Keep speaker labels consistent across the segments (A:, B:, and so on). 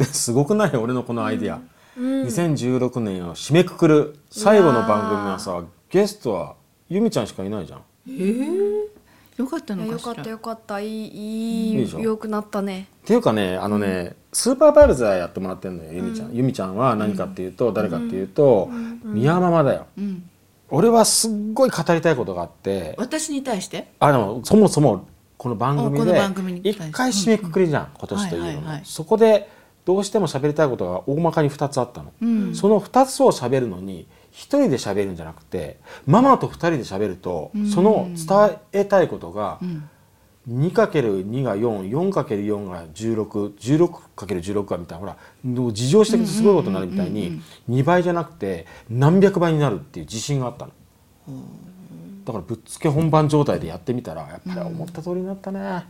A: すごくない俺のこのアイディア、
B: うん
A: 2016年を締めくくる最後の番組はさゲストはゆみちゃんしかいないじゃん
C: えー、よかった
B: いや
C: の
B: よ
C: か
B: かっ
C: したら
B: よかったいいい
A: いい
B: い
A: じゃん
B: よくなったね
A: っていうかねあのね、スーパーバルザーやってもらってるのよゆみちゃん、ゆみちゃんは何かっていうと、誰かっていうと、宮ママだよ
C: うん
A: 俺はすっごい語りたいことがあって
C: 私に対して
A: あのそもそもこの番
C: あこ
A: 組
C: の
A: で
C: 番組に対して
A: 一回締めくくりじゃん、今年というのも、
C: はいはいはい
A: そこでどうしても喋りたいことが大まかに2つあったの、
C: うん
A: その2つを喋るのに1人で喋るんじゃなくてママと2人で喋ると、その伝えたいことが、
C: うん、
A: 2×2 が44×4 が1616×16 がみたいなほらの事情してくとすごいことになるみたいに2倍じゃなくて何百倍になるっていう自信があったのだからぶっつけ本番状態でやってみたらやっぱり思った通りになったね、うん、だ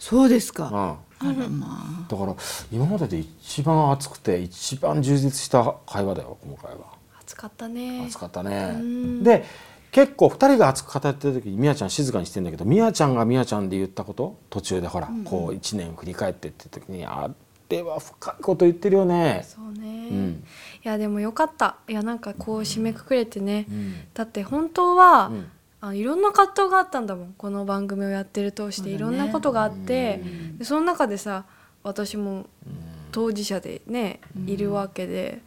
C: そうですか、
A: か
C: あらまあ
A: ら今までで一番熱くて一番充実した会話だよ今回は
B: 暑かったね
A: 熱かったね
B: うん
A: で結構2人が熱く語ってる時にみやちゃん静かにしてんだけどみやちゃんがみやちゃんで言ったこと途中でほら、こう1年振り返ってって時にあれは深いこと言ってるよね。
B: そうね、
A: うん
B: いやでもよかったいやなんかこう締めくくれてね、
A: うん
B: だって本当は、
A: うん
B: あいろんな葛藤があったんだもんこの番組をやってる通して、
C: そうだね
B: いろんなことがあって、でその中でさ私も当事者でね、いるわけで、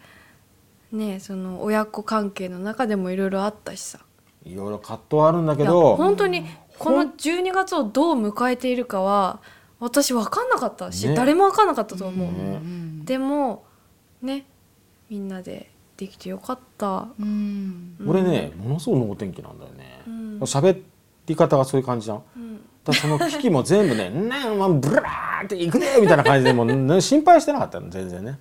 B: ねその親子関係の中でもいろいろあったしさ
A: いろいろ葛藤はあるんだけ
B: いや
A: ど
B: 本当にこの12月をどう迎えているかは私分かんなかったし、
A: ね
B: 誰も分かんなかったと思う。
A: ね
C: うん
B: でもねみんなでできてよかった、
C: うん
A: 俺ねものすごい能天気なんだよね
B: うん
A: 喋、り方がそういう感じじゃん。
B: うん、
A: だからその危機も全部ね「 ねえまあブラーっていくね」みたいな感じでもう、ね、心配してなかったの全然ね。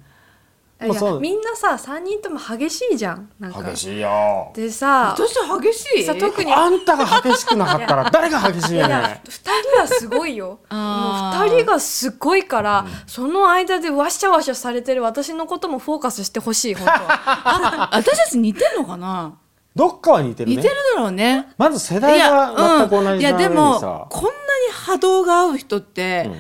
B: い
A: まあそ
B: や
A: う
B: みんなさ3人とも激しいじゃんなんか
A: 激しいよ。
B: でさ
C: 私激しい
B: さ特に
A: あんたが激しくなかったら誰が激しい
B: い
A: よ
B: や
A: ね。
B: 2人はすご いよもう
C: あー
B: 2人がすごいから、その間でわしゃわしゃされてる私のこともフォーカスしてほしい本当は
C: あ私たち似てんのかな
A: どっかは似てるね
C: 似てるだろうね
A: まず世
C: い
A: 代が
C: う
A: 全
C: ん
A: く同
C: い
A: じ
C: や
A: な
C: で
A: のに
C: も
A: さ、
C: こんなに波動が合う人って
A: うん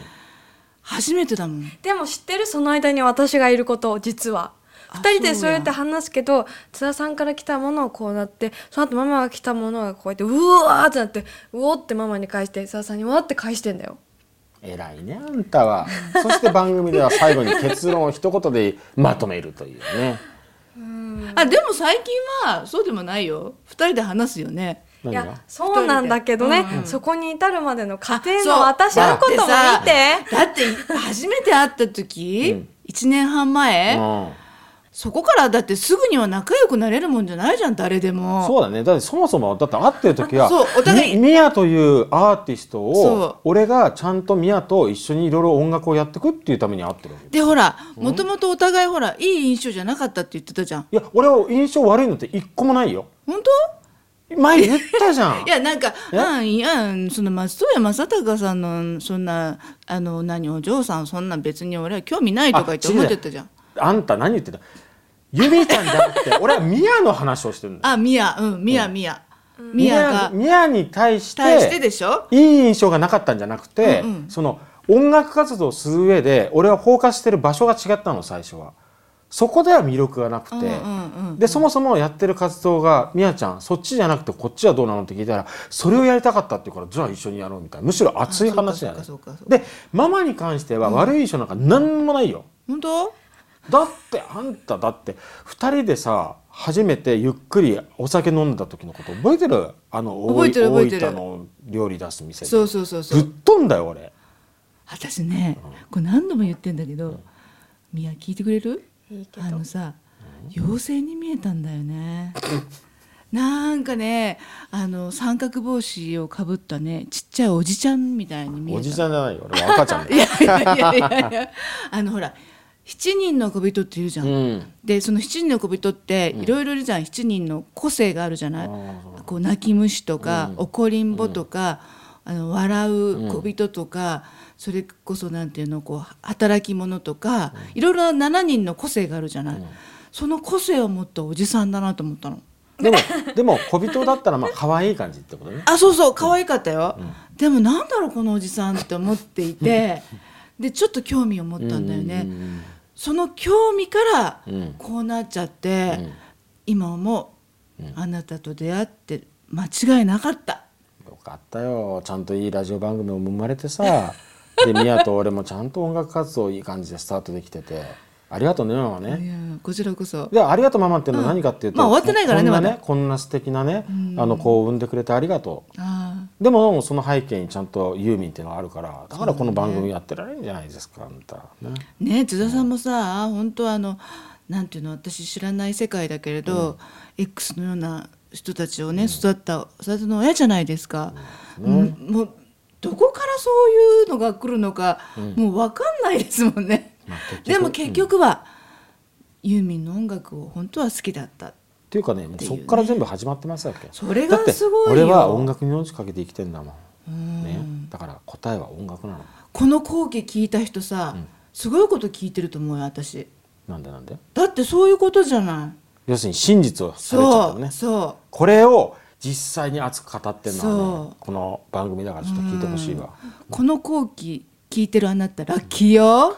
C: 初めてだもん、
B: でも知ってるその間に私がいること実は
C: あ
B: 2人で
C: そ
B: そうう
C: や
B: やって話すけど津田さんから来たものをこうなってその後ママが来たものがこうやってうわーってなってうおーってママに返して津田さんにわーって返してんだよ
A: 偉いねあんたはそして番組では最後に結論を一言でまとめるという ね
C: あでも最近はそうでもないよ二人で話すよね
B: い
A: 何が
B: やそうなんだけどね
C: 二人でうん
B: そこに至るまでの過程
C: そう
B: の私のことも見て
C: だってさだって初めて会った
A: う
C: 時
A: ん
C: 一年半前、
A: うん、
C: そこからだってすぐには仲良くなれるもんじゃないじゃん誰でも
A: そうだねだってそもそもだって会ってる時は
C: そうお互い
A: ミミヤというアーティスト
C: そう
A: を俺がちゃんとミヤと一緒にいろいろ音楽をやってくっていうために会ってるわけよ
C: でほらもともとお互いほらいい印象じゃなかったって言ってたじゃん
A: いや俺は印象悪いのって一個もないよ
C: 本
A: 前言ったじゃん
C: 当いやなんか
A: え
C: うんいやその松任谷正隆さんのそんなあの何お嬢さんそんな別に俺は興味ないとか言って
A: あ違う
C: 思っちゃったじゃん
A: あんた何言ってたユミちゃんじゃなくて俺はミヤの話をしてるんだよ
C: あミヤうんミヤミヤミ
A: ミ
C: ヤ
A: ヤ
C: が
A: ミヤに対し
C: 対して
A: て
C: でしょ
A: いい印象がなかったんじゃなくて、
C: うんうん
A: その音楽活動をする上で俺はフォーカスしてる場所が違ったの最初はそこでは魅力がなくて、
C: うんうんうん
A: でそもそもやってる活動が「みやちゃんそっちじゃなくてこっちはどうなの?」って聞いたら「それをやりたかった」って言うから「じゃあ一緒にやろう」みたいなむしろ熱い話だよね
C: あそうかそうかそうか
A: でママに関しては悪い印象なんか何もないよ、
C: 本当
A: だってあんただって2人でさ初めてゆっくりお酒飲んだ時のこと覚えてるあの
C: 覚えてる
A: 大
C: 覚えてる
A: 大分の料理出す店で
C: そうそうそうそ
A: ぶっ
C: う
A: 飛んだよ俺
C: 私ねこれ何度も言ってんだけどミヤ聞いてくれる
B: いいけ
C: あ
B: ど
C: のさ妖精に見えたんだよねなんかねあの三角帽子をかぶったねちっちゃいおじちゃんみたいに見えた
A: おじちゃんじゃないよ俺は赤ちゃんだよ
C: いやいやいやいやあのほら七人の小人っているじゃん、
A: うん
C: でその七人の小人っていろいろいるじゃん、七人の個性があるじゃない、
A: あー
C: こう泣き虫とか、怒りんぼとか、あの笑う小人とか、それこそなんていうのこう働き者とか、いろいろな7人の個性があるじゃない、その個性を持ったおじさんだなと思ったの。
A: でもでも小人だったらまあ可愛い感じってことね
C: あそうそう可愛かったよ、でも なんだろうこのおじさんって思っていてでちょっと興味を持ったんだよね、
A: うん
C: その興味から
A: うん
C: こうなっちゃっ
A: う
C: て、
A: ん
C: 今も
A: うん
C: あなたと出会って間違いなかった
A: よかったよちゃんといいラジオ番組も生まれてさでミヤと俺もちゃんと音楽活動いい感じでスタートできててありがとうねママね、
C: いやこちらこそ
A: でありがとうママっていうのは何かっていうと、
C: まあ終わってないからね
A: こんな
C: ま
A: ねこんな素敵なね、あの子を産んでくれてありがとう
C: あ
A: でもその背景にちゃんとユーミンっていうのがあるからだからこの番組やってられるんじゃないですかあんたね
C: ーね津田さんもさ本当あのなんていうの私知らない世界だけれど、X のような人たちをね育った育ての親じゃないですか、うんもうどこからそういうのが来るのか、もう分かんないですもんね、
A: まあ結局
C: でも結局は、ユーミンの音楽を本当は好きだった
A: っていうかねもうそっから全部始まってますわけ
C: それ
A: だ
C: が
A: って
C: すごいよ
A: 俺は音楽に命かけて生きてんだもん、ね、だから答えは音楽なの
C: この光景聞いた人さ、すごいこと聞いてると思うよ私
A: なんでなんで
C: だってそういうことじゃない
A: 要するに真実をされちゃった
C: そ
A: の
C: う、
A: ね
C: そ
A: これを実際に熱く語ってるのは、
C: そ
A: ね、この番組だからちょっと聞いてほしいわ、
C: うこの光景聞いてるあなたラッキーよ